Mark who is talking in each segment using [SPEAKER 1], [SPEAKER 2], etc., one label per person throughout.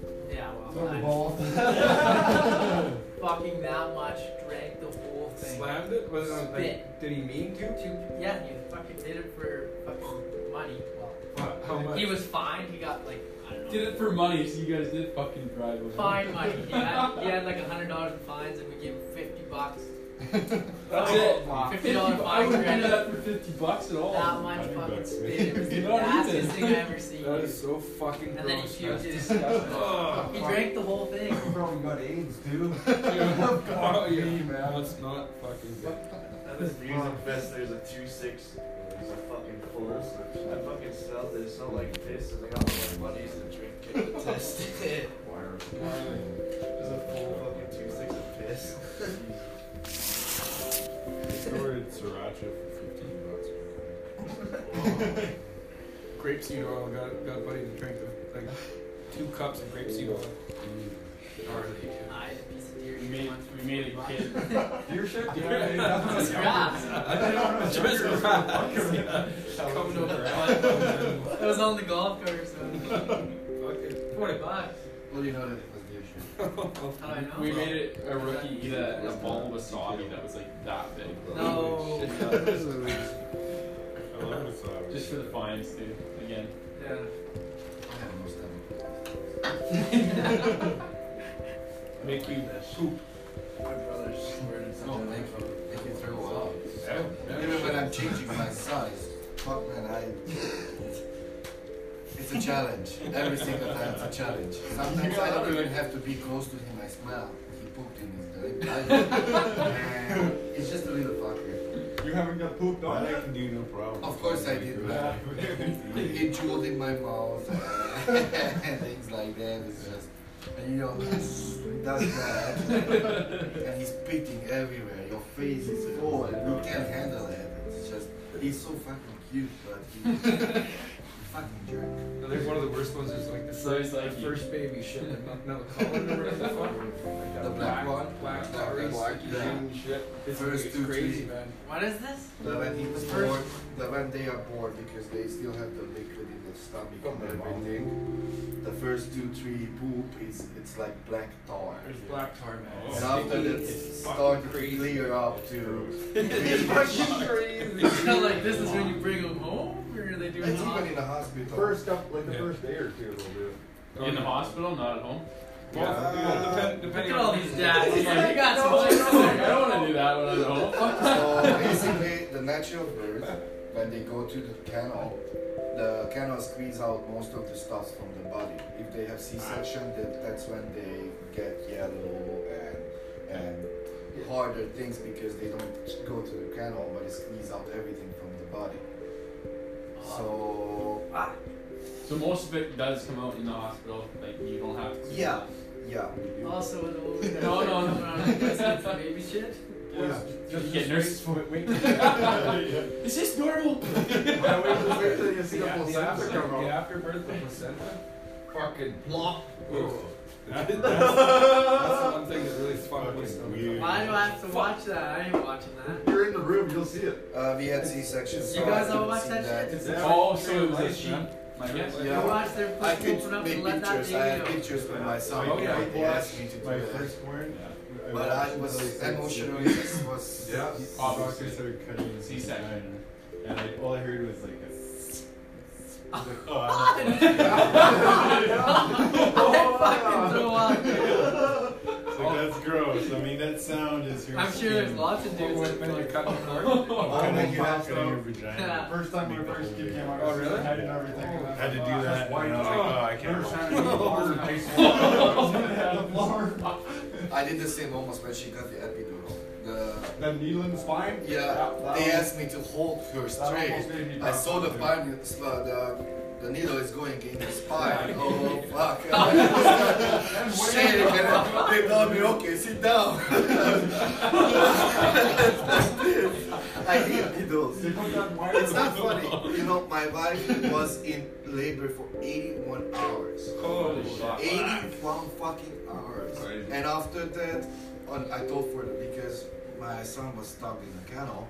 [SPEAKER 1] Throw the
[SPEAKER 2] hour.
[SPEAKER 1] ball.
[SPEAKER 2] I fucking that much drank the whole thing.
[SPEAKER 3] Slammed it? Was it like,
[SPEAKER 2] Spit.
[SPEAKER 3] did he mean to?
[SPEAKER 2] Two- yeah, you fucking did it for fucking money. Well,
[SPEAKER 3] What? How much?
[SPEAKER 2] he was fined. He got like I don't know.
[SPEAKER 4] Did it for money, so you guys did fucking drive away.
[SPEAKER 2] fine money. He had, he had like a hundred dollars in fines, and we gave him fifty bucks. Oh,
[SPEAKER 4] That's it.
[SPEAKER 3] Wow.
[SPEAKER 2] Fifty
[SPEAKER 4] Fifty
[SPEAKER 2] dollar
[SPEAKER 4] bu- I
[SPEAKER 2] fine
[SPEAKER 4] wouldn't do
[SPEAKER 2] credit.
[SPEAKER 4] that for fifty bucks at all.
[SPEAKER 2] That much
[SPEAKER 5] Hundred
[SPEAKER 2] fucking
[SPEAKER 5] bucks.
[SPEAKER 2] spit. It was the
[SPEAKER 4] Not
[SPEAKER 2] nastiest
[SPEAKER 4] even.
[SPEAKER 2] thing I ever seen.
[SPEAKER 3] That is so fucking
[SPEAKER 2] And then he
[SPEAKER 3] gross.
[SPEAKER 2] puked
[SPEAKER 3] man.
[SPEAKER 2] his stuff.
[SPEAKER 3] Oh,
[SPEAKER 2] He drank the whole thing.
[SPEAKER 1] Probably got AIDS, dude.
[SPEAKER 3] oh,
[SPEAKER 1] Fuck
[SPEAKER 3] yeah.
[SPEAKER 1] me, man.
[SPEAKER 3] That's not fucking good.
[SPEAKER 5] At this music fest, there's a 2 6. There's a fucking full. I fucking smelled it. It smelled like piss, and I got all my buddies to drink it to test it. There's a full fucking 2 6 of piss.
[SPEAKER 6] Stored sriracha for 15 bucks.
[SPEAKER 3] Grapeseed oil. Got, got a buddy to drink like two cups of grapeseed oil. Gnarly,
[SPEAKER 2] I had a piece of deer.
[SPEAKER 4] We made, we made a kid.
[SPEAKER 1] Your shit? Yeah, yeah.
[SPEAKER 3] dude. Just coming over. Fuck
[SPEAKER 2] It was on the golf cart or something.
[SPEAKER 3] it.
[SPEAKER 2] Forty bucks.
[SPEAKER 1] Well, you know that it was your shit.
[SPEAKER 2] How do I know?
[SPEAKER 4] We made it a rookie eat a, a bowl of wasabi that was like that big.
[SPEAKER 2] No.
[SPEAKER 6] I love wasabi.
[SPEAKER 4] Just for the fines, dude. Again.
[SPEAKER 2] Yeah.
[SPEAKER 1] I had most of it.
[SPEAKER 3] Make you poop.
[SPEAKER 5] My brother swear to
[SPEAKER 1] Oh, thank you. Oh, Thank you for a while. Even when I'm changing my size, fuck man, I. It's a challenge. Every single time it's a challenge. Sometimes I don't even have to be close to him. I smell. He pooped in his diaper. it's just a little fucker.
[SPEAKER 6] You haven't got pooped on? I can do no problem.
[SPEAKER 1] Of course I did, man. He drooled in my mouth and things like that. It's just. And you know, that's bad. and he's spitting everywhere. Your face is full, and you can't handle it. It's just, he's so fucking cute, but he's fucking jerk.
[SPEAKER 3] I think one of the worst ones is like the
[SPEAKER 4] So he's
[SPEAKER 3] first, the
[SPEAKER 4] like you-
[SPEAKER 3] first baby shit and not another color or whatever.
[SPEAKER 1] The black one,
[SPEAKER 3] Black,
[SPEAKER 1] Black
[SPEAKER 3] black, black,
[SPEAKER 1] yeah.
[SPEAKER 3] shit. It's
[SPEAKER 1] First
[SPEAKER 3] it's
[SPEAKER 1] two,
[SPEAKER 3] crazy,
[SPEAKER 1] three.
[SPEAKER 3] man.
[SPEAKER 2] What is this?
[SPEAKER 5] The
[SPEAKER 1] The when he was
[SPEAKER 5] first-
[SPEAKER 1] born, the when they are born, because they still have the liquid in the stomach
[SPEAKER 3] From their
[SPEAKER 1] and
[SPEAKER 3] mouth.
[SPEAKER 1] everything. The first two, three poop is it's like black tar.
[SPEAKER 3] There's black tar, man.
[SPEAKER 6] Oh.
[SPEAKER 1] And after that,
[SPEAKER 3] It's
[SPEAKER 1] start to
[SPEAKER 3] fucking crazy.
[SPEAKER 1] clear up too.
[SPEAKER 3] It's fucking crazy.
[SPEAKER 2] like this is when you bring them home, or are they doing
[SPEAKER 1] It's even
[SPEAKER 2] it?
[SPEAKER 1] in the hospital.
[SPEAKER 6] First up, like the
[SPEAKER 4] Yeah.
[SPEAKER 6] first day or two, it'll do.
[SPEAKER 4] In the hospital, not at home.
[SPEAKER 3] Well, well,
[SPEAKER 2] Look
[SPEAKER 3] depend, depending
[SPEAKER 2] at all
[SPEAKER 3] on
[SPEAKER 2] these dads. He's like, you got some
[SPEAKER 4] Like, I don't want to do that when I'm at home. Fuck
[SPEAKER 1] so basically, the natural birth, when they go to the kennel, the kennel squeeze out most of the stuff from the body. If they have C-section, that, that's when they get yellow and and harder things because they don't go to the kennel, but they squeeze out everything from the body. So
[SPEAKER 4] So most of it does come out in the hospital. Like you don't have to.
[SPEAKER 1] Yeah. Uh, yeah, we do.
[SPEAKER 2] Also, an old guy
[SPEAKER 4] No, no, no.
[SPEAKER 2] coming around with biscuits and baby shit.
[SPEAKER 6] Yeah.
[SPEAKER 4] You get nurses for it. Wait. it's just normal.
[SPEAKER 6] Now wait till- wait till you see
[SPEAKER 3] the
[SPEAKER 6] the
[SPEAKER 3] after,
[SPEAKER 6] placenta come
[SPEAKER 3] the
[SPEAKER 6] out.
[SPEAKER 3] afterbirth, the placenta, fucking
[SPEAKER 2] Blah.
[SPEAKER 3] Oof. That is, that's, that's the one thing that really fucked my
[SPEAKER 6] Fucking
[SPEAKER 3] stomach.
[SPEAKER 6] weird.
[SPEAKER 2] Why do I have to watch that? I ain't watching that.
[SPEAKER 6] You're in the room, you'll see it.
[SPEAKER 1] Uh, we had C-section. So
[SPEAKER 2] You guys
[SPEAKER 1] I couldn't
[SPEAKER 2] all watch
[SPEAKER 1] see
[SPEAKER 2] that shit?
[SPEAKER 3] It's
[SPEAKER 4] Oh, so it was a
[SPEAKER 3] like
[SPEAKER 4] sheep. My guess.
[SPEAKER 1] Yeah.
[SPEAKER 2] You watch their
[SPEAKER 1] I
[SPEAKER 2] pussy
[SPEAKER 1] could
[SPEAKER 2] open up
[SPEAKER 1] make
[SPEAKER 2] and let that
[SPEAKER 1] pictures. I had
[SPEAKER 2] video.
[SPEAKER 1] pictures with my son.
[SPEAKER 3] Oh, yeah.
[SPEAKER 1] They asked me to do
[SPEAKER 6] My
[SPEAKER 1] that.
[SPEAKER 6] firstborn. I
[SPEAKER 1] But I
[SPEAKER 6] watched
[SPEAKER 1] was
[SPEAKER 6] those
[SPEAKER 1] emotionally
[SPEAKER 6] things.
[SPEAKER 1] this was
[SPEAKER 6] Yeah.
[SPEAKER 4] Obviously.
[SPEAKER 6] Doctors started cutting me
[SPEAKER 4] C-section.
[SPEAKER 6] down, And I, all I heard was like a. I was like, oh, I'm not-
[SPEAKER 2] I fucking throw up.
[SPEAKER 6] It's
[SPEAKER 4] Oh.
[SPEAKER 6] like, that's gross. I mean, that sound is your.
[SPEAKER 2] I'm sure there's lots of dudes
[SPEAKER 3] When,
[SPEAKER 2] that
[SPEAKER 3] when you
[SPEAKER 2] fuck.
[SPEAKER 3] cut the cord?
[SPEAKER 6] I'm
[SPEAKER 5] my
[SPEAKER 6] cutting your
[SPEAKER 5] God.
[SPEAKER 6] cutting your vagina.
[SPEAKER 7] First time my
[SPEAKER 6] Make the
[SPEAKER 7] first
[SPEAKER 6] whole
[SPEAKER 7] kid
[SPEAKER 6] video. Oh.
[SPEAKER 7] came out,
[SPEAKER 3] Oh,
[SPEAKER 7] I was I
[SPEAKER 3] really?
[SPEAKER 7] did everything. and I
[SPEAKER 6] Had to do
[SPEAKER 7] thought,
[SPEAKER 6] that. And I was like, oh, I can't.
[SPEAKER 7] First time
[SPEAKER 6] watch it."
[SPEAKER 7] in the water, the floor.
[SPEAKER 1] I did the same almost when she got the epidural. The
[SPEAKER 7] That needle in the spine?
[SPEAKER 1] yeah,
[SPEAKER 7] That- that
[SPEAKER 1] they
[SPEAKER 7] was-
[SPEAKER 1] asked me to hold her
[SPEAKER 7] That
[SPEAKER 1] straight.
[SPEAKER 7] almost made me.
[SPEAKER 1] I
[SPEAKER 7] drop
[SPEAKER 1] saw the
[SPEAKER 7] something.
[SPEAKER 1] spine, uh, the the needle is going in the spine. Oh fuck! Shit!
[SPEAKER 7] And wait-
[SPEAKER 1] and They told me, okay, sit down. I hate needles.
[SPEAKER 7] They put that wire.
[SPEAKER 1] It's not funny. You know, my wife was in labor for 81 hours.
[SPEAKER 3] Holy
[SPEAKER 4] Holy
[SPEAKER 3] shit.
[SPEAKER 4] shit.
[SPEAKER 1] 81 fucking hours.
[SPEAKER 3] Crazy.
[SPEAKER 1] And after that, on, I told for it because my son was stuck in the kennel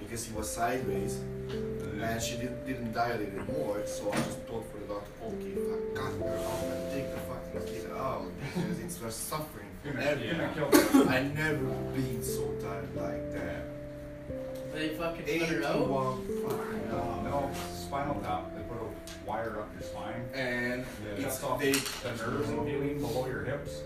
[SPEAKER 1] because he was sideways and she did, didn't dilate anymore. So I just told for the doctor, okay, fuck, cut her off and take the fucking kid out. because it was suffering from
[SPEAKER 7] Gonna,
[SPEAKER 1] everything.
[SPEAKER 7] gonna
[SPEAKER 4] Yeah.
[SPEAKER 7] kill them.
[SPEAKER 1] I never been so tired like that.
[SPEAKER 2] They fucking put her out.
[SPEAKER 1] Eighty-one fucking hours.
[SPEAKER 7] No, spinal tap. They put a wire up your spine.
[SPEAKER 1] And
[SPEAKER 7] Yeah.
[SPEAKER 1] it's
[SPEAKER 7] That's off
[SPEAKER 1] they
[SPEAKER 7] the nerves and feeling below your hips.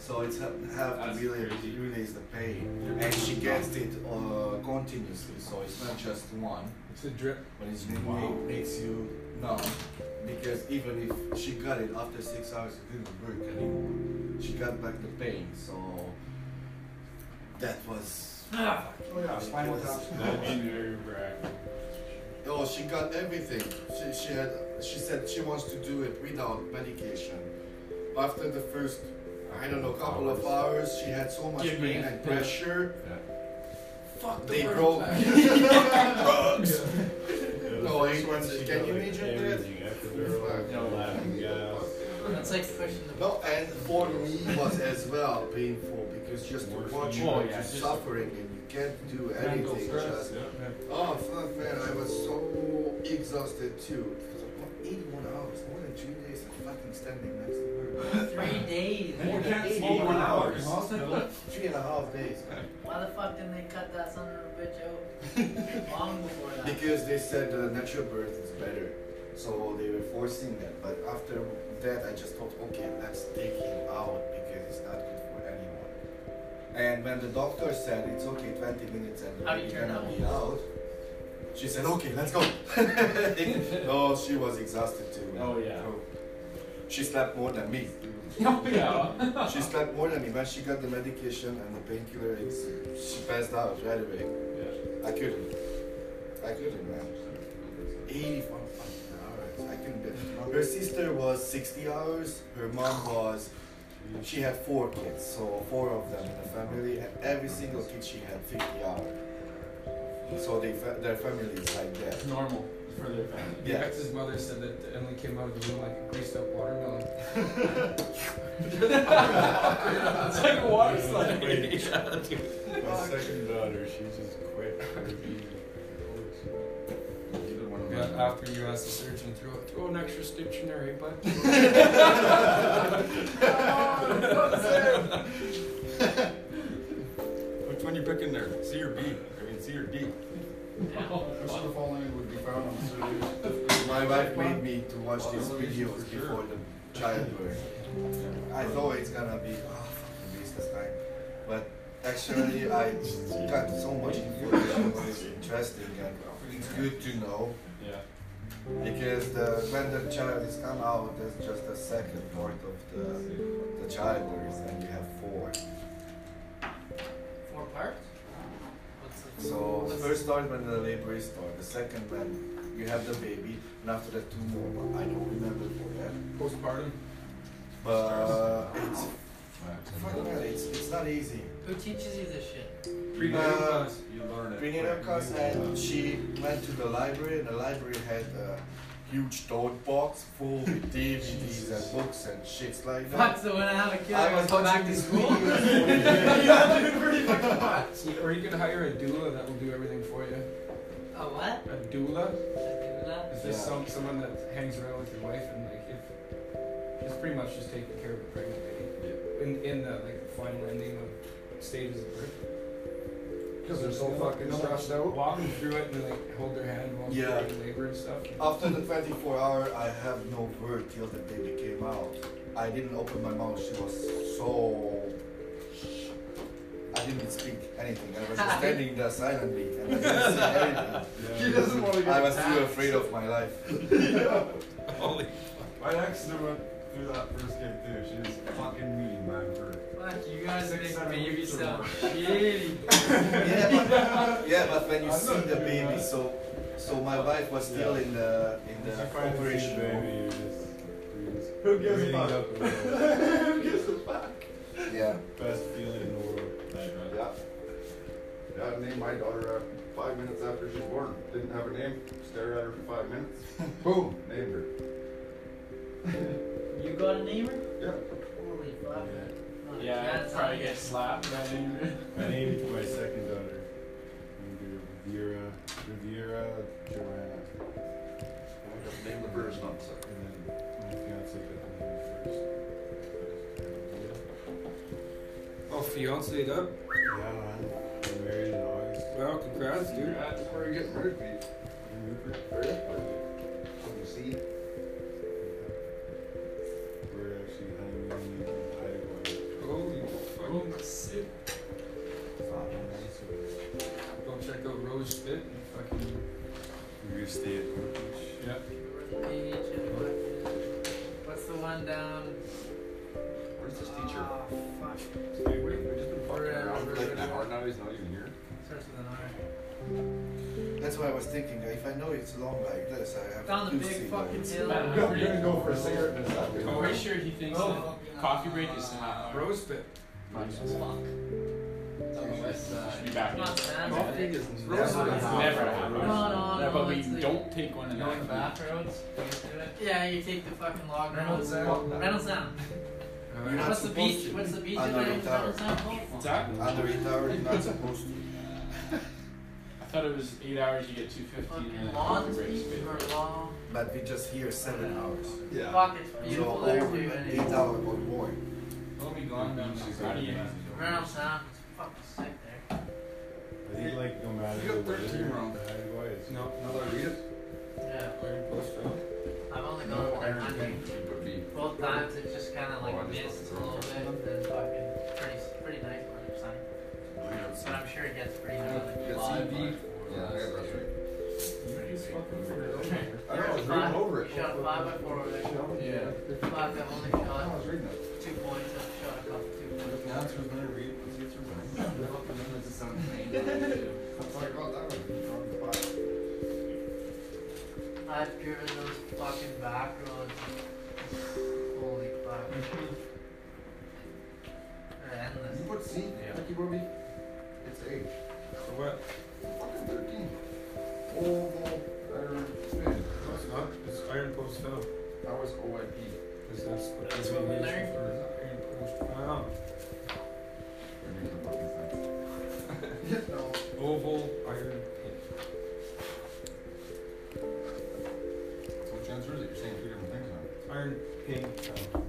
[SPEAKER 1] so it's have, have to
[SPEAKER 4] That's
[SPEAKER 1] really
[SPEAKER 4] crazy.
[SPEAKER 1] release the pain. And she gets it uh, continuously, so it's not just one.
[SPEAKER 3] It's a drip.
[SPEAKER 1] But it's it makes you numb because even if she got it after six hours, it didn't work anymore. She got back the pain, so that was.
[SPEAKER 2] Ah,
[SPEAKER 7] Oh yeah, spinal tap.
[SPEAKER 4] That'd be very brag.
[SPEAKER 1] Oh, she got everything. She she had. She said she wants to do it without medication. After the first, I don't know, couple of hours, she had so much
[SPEAKER 4] Give me
[SPEAKER 1] pain
[SPEAKER 4] a
[SPEAKER 1] and
[SPEAKER 4] pill.
[SPEAKER 1] pressure.
[SPEAKER 2] fuck the
[SPEAKER 1] They
[SPEAKER 2] world.
[SPEAKER 1] broke. drugs.
[SPEAKER 7] Oh,
[SPEAKER 1] No,
[SPEAKER 6] That's
[SPEAKER 1] it-
[SPEAKER 6] when
[SPEAKER 1] it's-
[SPEAKER 6] she
[SPEAKER 1] can
[SPEAKER 6] got,
[SPEAKER 1] you
[SPEAKER 6] like,
[SPEAKER 1] imagine that?
[SPEAKER 6] everything after the
[SPEAKER 1] Fuck.
[SPEAKER 4] No.
[SPEAKER 6] laughing gas.
[SPEAKER 2] That's like pushing the.
[SPEAKER 1] No, and for me was as well painful because just to
[SPEAKER 6] Worse
[SPEAKER 1] watch
[SPEAKER 6] than
[SPEAKER 1] you
[SPEAKER 4] you. Oh,
[SPEAKER 1] to
[SPEAKER 4] yeah, just-
[SPEAKER 1] suffering and you can't do
[SPEAKER 3] Mental
[SPEAKER 1] anything.
[SPEAKER 3] stress,
[SPEAKER 1] Just oh fuck, man, I was so exhausted too. Because I'm like, 81 hours, more than three days, of fucking standing next to her.
[SPEAKER 2] Three days.
[SPEAKER 7] And you can't
[SPEAKER 2] Eighty.
[SPEAKER 7] smoke
[SPEAKER 3] Eighty-one
[SPEAKER 7] an hour.
[SPEAKER 3] hours.
[SPEAKER 1] Three and a half days.
[SPEAKER 2] Why the fuck didn't they cut that son of a bitch out long before that?
[SPEAKER 1] Because they said uh, natural birth is better, so they were forcing that. But after that, I just thought, okay, let's take him out because it's not good for anyone. And when the doctor said it's okay, 20 minutes and
[SPEAKER 2] How do you
[SPEAKER 1] you're
[SPEAKER 2] turn
[SPEAKER 1] gonna
[SPEAKER 2] out?
[SPEAKER 1] be out, she said, okay, let's go. no, Oh, she was exhausted too.
[SPEAKER 4] Oh, yeah.
[SPEAKER 1] So She slept more than me.
[SPEAKER 4] yeah.
[SPEAKER 1] She slept more than me. When she got the medication and the painkiller, it's- she passed out right away. I couldn't. I couldn't, man. 81 fucking hours. I couldn't be. Her sister was 60 hours. Her mom was. She had four kids, so four of them in the family, and every single kid she had 50 hours. So they, fa- their family is like that.
[SPEAKER 4] It's normal for their family.
[SPEAKER 3] Yeah.
[SPEAKER 1] Yeah.
[SPEAKER 3] X's mother said that Emily came out of the room like a greased up watermelon.
[SPEAKER 4] It's like water slide.
[SPEAKER 6] My second daughter, she just quit. her being- Either one of
[SPEAKER 3] Yeah,
[SPEAKER 6] them.
[SPEAKER 3] after you asked the surgeon throw it, throw an extra stitch in there, eh, bud?
[SPEAKER 6] Which one you picking there? C or B? I mean C or D?
[SPEAKER 7] Christopher Falling would be found on the surgery.
[SPEAKER 1] My wife made me to watch these videos before the childbirth. I thought it's gonna be oh fucking business time, but actually I got so much information. It's interesting and it's good to know
[SPEAKER 4] Yeah.
[SPEAKER 1] because the when the child is come out, there's just the second part of the the childbirth, and you have four.
[SPEAKER 2] Four parts. What's the
[SPEAKER 1] So the
[SPEAKER 2] what's-
[SPEAKER 1] first start when the labor is start, the second when you have the baby, and after that two more. But I don't remember for that.
[SPEAKER 3] Postpartum.
[SPEAKER 1] But it's fuck man, it's it's not easy.
[SPEAKER 2] Who teaches you this shit?
[SPEAKER 3] Prenatal
[SPEAKER 1] Uh,
[SPEAKER 3] class.
[SPEAKER 6] You learn it.
[SPEAKER 1] Bringing up class and she went to the library and the library had a huge tote box full with DVDs and books and shits like
[SPEAKER 2] Fuck.
[SPEAKER 1] that.
[SPEAKER 2] So when I have a kid,
[SPEAKER 1] I
[SPEAKER 2] I
[SPEAKER 1] was
[SPEAKER 2] must go back
[SPEAKER 1] watching
[SPEAKER 2] to
[SPEAKER 1] this
[SPEAKER 2] school.
[SPEAKER 3] See, Or you can hire a doula that will do everything for you.
[SPEAKER 2] A what?
[SPEAKER 3] A doula
[SPEAKER 2] I do that.
[SPEAKER 3] is just
[SPEAKER 1] Yeah.
[SPEAKER 3] some someone that hangs around with your wife and like if it's pretty much just taking care of a pregnant baby. In in the like final ending of stages of birth.
[SPEAKER 7] Because they're so fucking stressed out.
[SPEAKER 3] Walking through it and like hold their hand while
[SPEAKER 1] Yeah. Uh,
[SPEAKER 3] they're doing labor and stuff.
[SPEAKER 1] After the 24 hour, I have no word till the baby came out. I didn't open my mouth. She was so. I didn't speak anything. I was just standing there silently and I didn't say anything.
[SPEAKER 7] He doesn't want to get
[SPEAKER 1] I was too
[SPEAKER 7] attacked.
[SPEAKER 1] afraid of my life.
[SPEAKER 6] Holy. My ex that went through that first game too. She was fucking mean, man. For
[SPEAKER 2] Fuck. You guys
[SPEAKER 6] Six,
[SPEAKER 2] make
[SPEAKER 6] seven
[SPEAKER 2] baby
[SPEAKER 6] weeks or
[SPEAKER 2] so
[SPEAKER 6] more.
[SPEAKER 2] shitty.
[SPEAKER 1] yeah, but, yeah, but when you
[SPEAKER 6] I'm
[SPEAKER 1] see
[SPEAKER 6] not
[SPEAKER 1] the
[SPEAKER 6] doing
[SPEAKER 1] baby,
[SPEAKER 6] that.
[SPEAKER 1] so so my wife was still
[SPEAKER 6] Yeah.
[SPEAKER 1] in the in the
[SPEAKER 6] If you find a
[SPEAKER 1] operation room.
[SPEAKER 6] baby, you just, you just
[SPEAKER 7] Who gives a
[SPEAKER 6] reading
[SPEAKER 7] fuck?
[SPEAKER 6] up about it.
[SPEAKER 1] Yeah,
[SPEAKER 6] Best feeling in the world.
[SPEAKER 5] Yeah. I named my daughter after five minutes after she was born. Didn't have her name. Stared at her for five minutes.
[SPEAKER 7] Boom.
[SPEAKER 5] Named her.
[SPEAKER 2] You got a neighbor?
[SPEAKER 5] Yeah.
[SPEAKER 2] Holy fuck. Not a
[SPEAKER 4] Yeah,
[SPEAKER 2] chance.
[SPEAKER 4] I'd probably get slapped by then.
[SPEAKER 6] I named it for my second daughter. Riviera, Riviera Joanna.
[SPEAKER 5] Name the first, not the second.
[SPEAKER 6] And then my fiance got the name first.
[SPEAKER 3] all Oh, fiancéed up.
[SPEAKER 6] Yeah, man. I'm married in August.
[SPEAKER 3] Wow, congrats, dude.
[SPEAKER 5] Congrats.
[SPEAKER 3] Where are you getting married?
[SPEAKER 6] I'm Rupert.
[SPEAKER 5] You see?
[SPEAKER 6] We're actually honeymoon in Idaho.
[SPEAKER 3] Holy fuck.
[SPEAKER 4] shit.
[SPEAKER 6] It's not that nice over there.
[SPEAKER 3] Go check out Rose Spit and fucking.
[SPEAKER 6] We're gonna stay at Oak Beach.
[SPEAKER 4] Yeah.
[SPEAKER 2] Beach and fucking- What's the one down?
[SPEAKER 5] Where's this teacher?
[SPEAKER 2] Ah, fuck.
[SPEAKER 5] Wait, wait, we've just been fucking
[SPEAKER 2] We're, uh,
[SPEAKER 5] around for like
[SPEAKER 2] we're,
[SPEAKER 5] an
[SPEAKER 2] uh,
[SPEAKER 5] hour now. He's not even here.
[SPEAKER 2] Starts with an R.
[SPEAKER 1] That's why I was thinking. If I know it's long like this, I have
[SPEAKER 2] Down
[SPEAKER 1] to
[SPEAKER 2] the big fucking hill.
[SPEAKER 4] Man,
[SPEAKER 6] We're gonna go for a cigarette in a second.
[SPEAKER 4] I'm pretty sure he thinks
[SPEAKER 2] Oh.
[SPEAKER 4] that coffee break is in half hour.
[SPEAKER 3] Rose Spit.
[SPEAKER 4] Might as well.
[SPEAKER 2] It's on the west
[SPEAKER 4] Should be
[SPEAKER 2] side.
[SPEAKER 4] back
[SPEAKER 2] Come
[SPEAKER 4] in.
[SPEAKER 2] on, man.
[SPEAKER 3] Coffee
[SPEAKER 2] It's
[SPEAKER 3] is
[SPEAKER 1] Rose
[SPEAKER 3] never
[SPEAKER 1] Spit
[SPEAKER 3] a
[SPEAKER 1] is
[SPEAKER 3] half
[SPEAKER 4] Never a
[SPEAKER 3] hour.
[SPEAKER 4] half
[SPEAKER 2] No, no, no.
[SPEAKER 4] But we
[SPEAKER 2] it's like-
[SPEAKER 4] don't take one in
[SPEAKER 2] You like
[SPEAKER 4] half.
[SPEAKER 2] back roads? You guys do it? Yeah, you take the fucking log
[SPEAKER 3] Reynolds
[SPEAKER 2] roads.
[SPEAKER 3] Sound.
[SPEAKER 2] Reynolds Sound.
[SPEAKER 3] Uh,
[SPEAKER 1] You're not
[SPEAKER 2] What's the
[SPEAKER 1] supposed
[SPEAKER 2] beach?
[SPEAKER 1] to.
[SPEAKER 2] What's the beach
[SPEAKER 1] Under
[SPEAKER 2] in Reynolds
[SPEAKER 1] the tower.
[SPEAKER 2] Sound called?
[SPEAKER 4] Exactly.
[SPEAKER 1] Under eight hours, you're not supposed to.
[SPEAKER 4] I thought it was eight hours. You get two fifteen.
[SPEAKER 2] Fucking Lawns Beach or Long.
[SPEAKER 1] But we just here seven hours.
[SPEAKER 6] Yeah.
[SPEAKER 2] Fuck, it's
[SPEAKER 1] So
[SPEAKER 2] beautiful there
[SPEAKER 1] over
[SPEAKER 2] too.
[SPEAKER 1] an
[SPEAKER 2] and
[SPEAKER 1] eight
[SPEAKER 2] it-
[SPEAKER 1] hour or more.
[SPEAKER 4] We'll be gone down
[SPEAKER 6] She's
[SPEAKER 4] How do you know?
[SPEAKER 2] Reynolds Sound. It's fucking sick there.
[SPEAKER 6] I think like no matter
[SPEAKER 3] You got
[SPEAKER 6] the weather,
[SPEAKER 3] 13 wrong.
[SPEAKER 6] Idaho is-
[SPEAKER 3] No, now that I read it,
[SPEAKER 2] Yeah.
[SPEAKER 3] Iron Post, right?
[SPEAKER 2] I've only gone for that hunting.
[SPEAKER 5] Would be.
[SPEAKER 2] Both times it just kind of like
[SPEAKER 5] Oh, I just
[SPEAKER 2] mists a
[SPEAKER 5] looked
[SPEAKER 2] little
[SPEAKER 5] at
[SPEAKER 2] bit,
[SPEAKER 5] the
[SPEAKER 2] and then fucking pretty, pretty nice when it's sunny. But I'm sure it gets pretty hot. in
[SPEAKER 5] Yeah,
[SPEAKER 2] July,
[SPEAKER 5] CB. Yeah,
[SPEAKER 2] but-
[SPEAKER 5] that's right.
[SPEAKER 6] I don't know, I was
[SPEAKER 2] Shot-
[SPEAKER 6] reading over it.
[SPEAKER 2] Shot a five by four over there.
[SPEAKER 4] Yeah.
[SPEAKER 2] Fuck, I've only
[SPEAKER 6] I
[SPEAKER 2] shot
[SPEAKER 6] was reading it.
[SPEAKER 2] two points. I've shot a couple two points.
[SPEAKER 6] Now it's just gonna read. Let's see if it's right. That's all I got, that one. Wrong spot.
[SPEAKER 2] I've driven those fucking back roads. Holy fuck. They're endless.
[SPEAKER 6] You put C,
[SPEAKER 4] Yeah.
[SPEAKER 6] like you would be. It's eight.
[SPEAKER 3] For what?
[SPEAKER 6] Fucking thirteen. Oh, oh, Iron Spit.
[SPEAKER 3] No, it's not. It's Iron Post Town.
[SPEAKER 6] That was OIP.
[SPEAKER 3] Because that's what
[SPEAKER 2] That's
[SPEAKER 3] the
[SPEAKER 2] what we
[SPEAKER 3] abbreviation
[SPEAKER 2] learned.
[SPEAKER 3] for Iron Post. Wow.
[SPEAKER 6] No.
[SPEAKER 3] Oval Iron Pit.
[SPEAKER 6] So what chance is it? You're saying two different things now.
[SPEAKER 3] Iron Ping Town.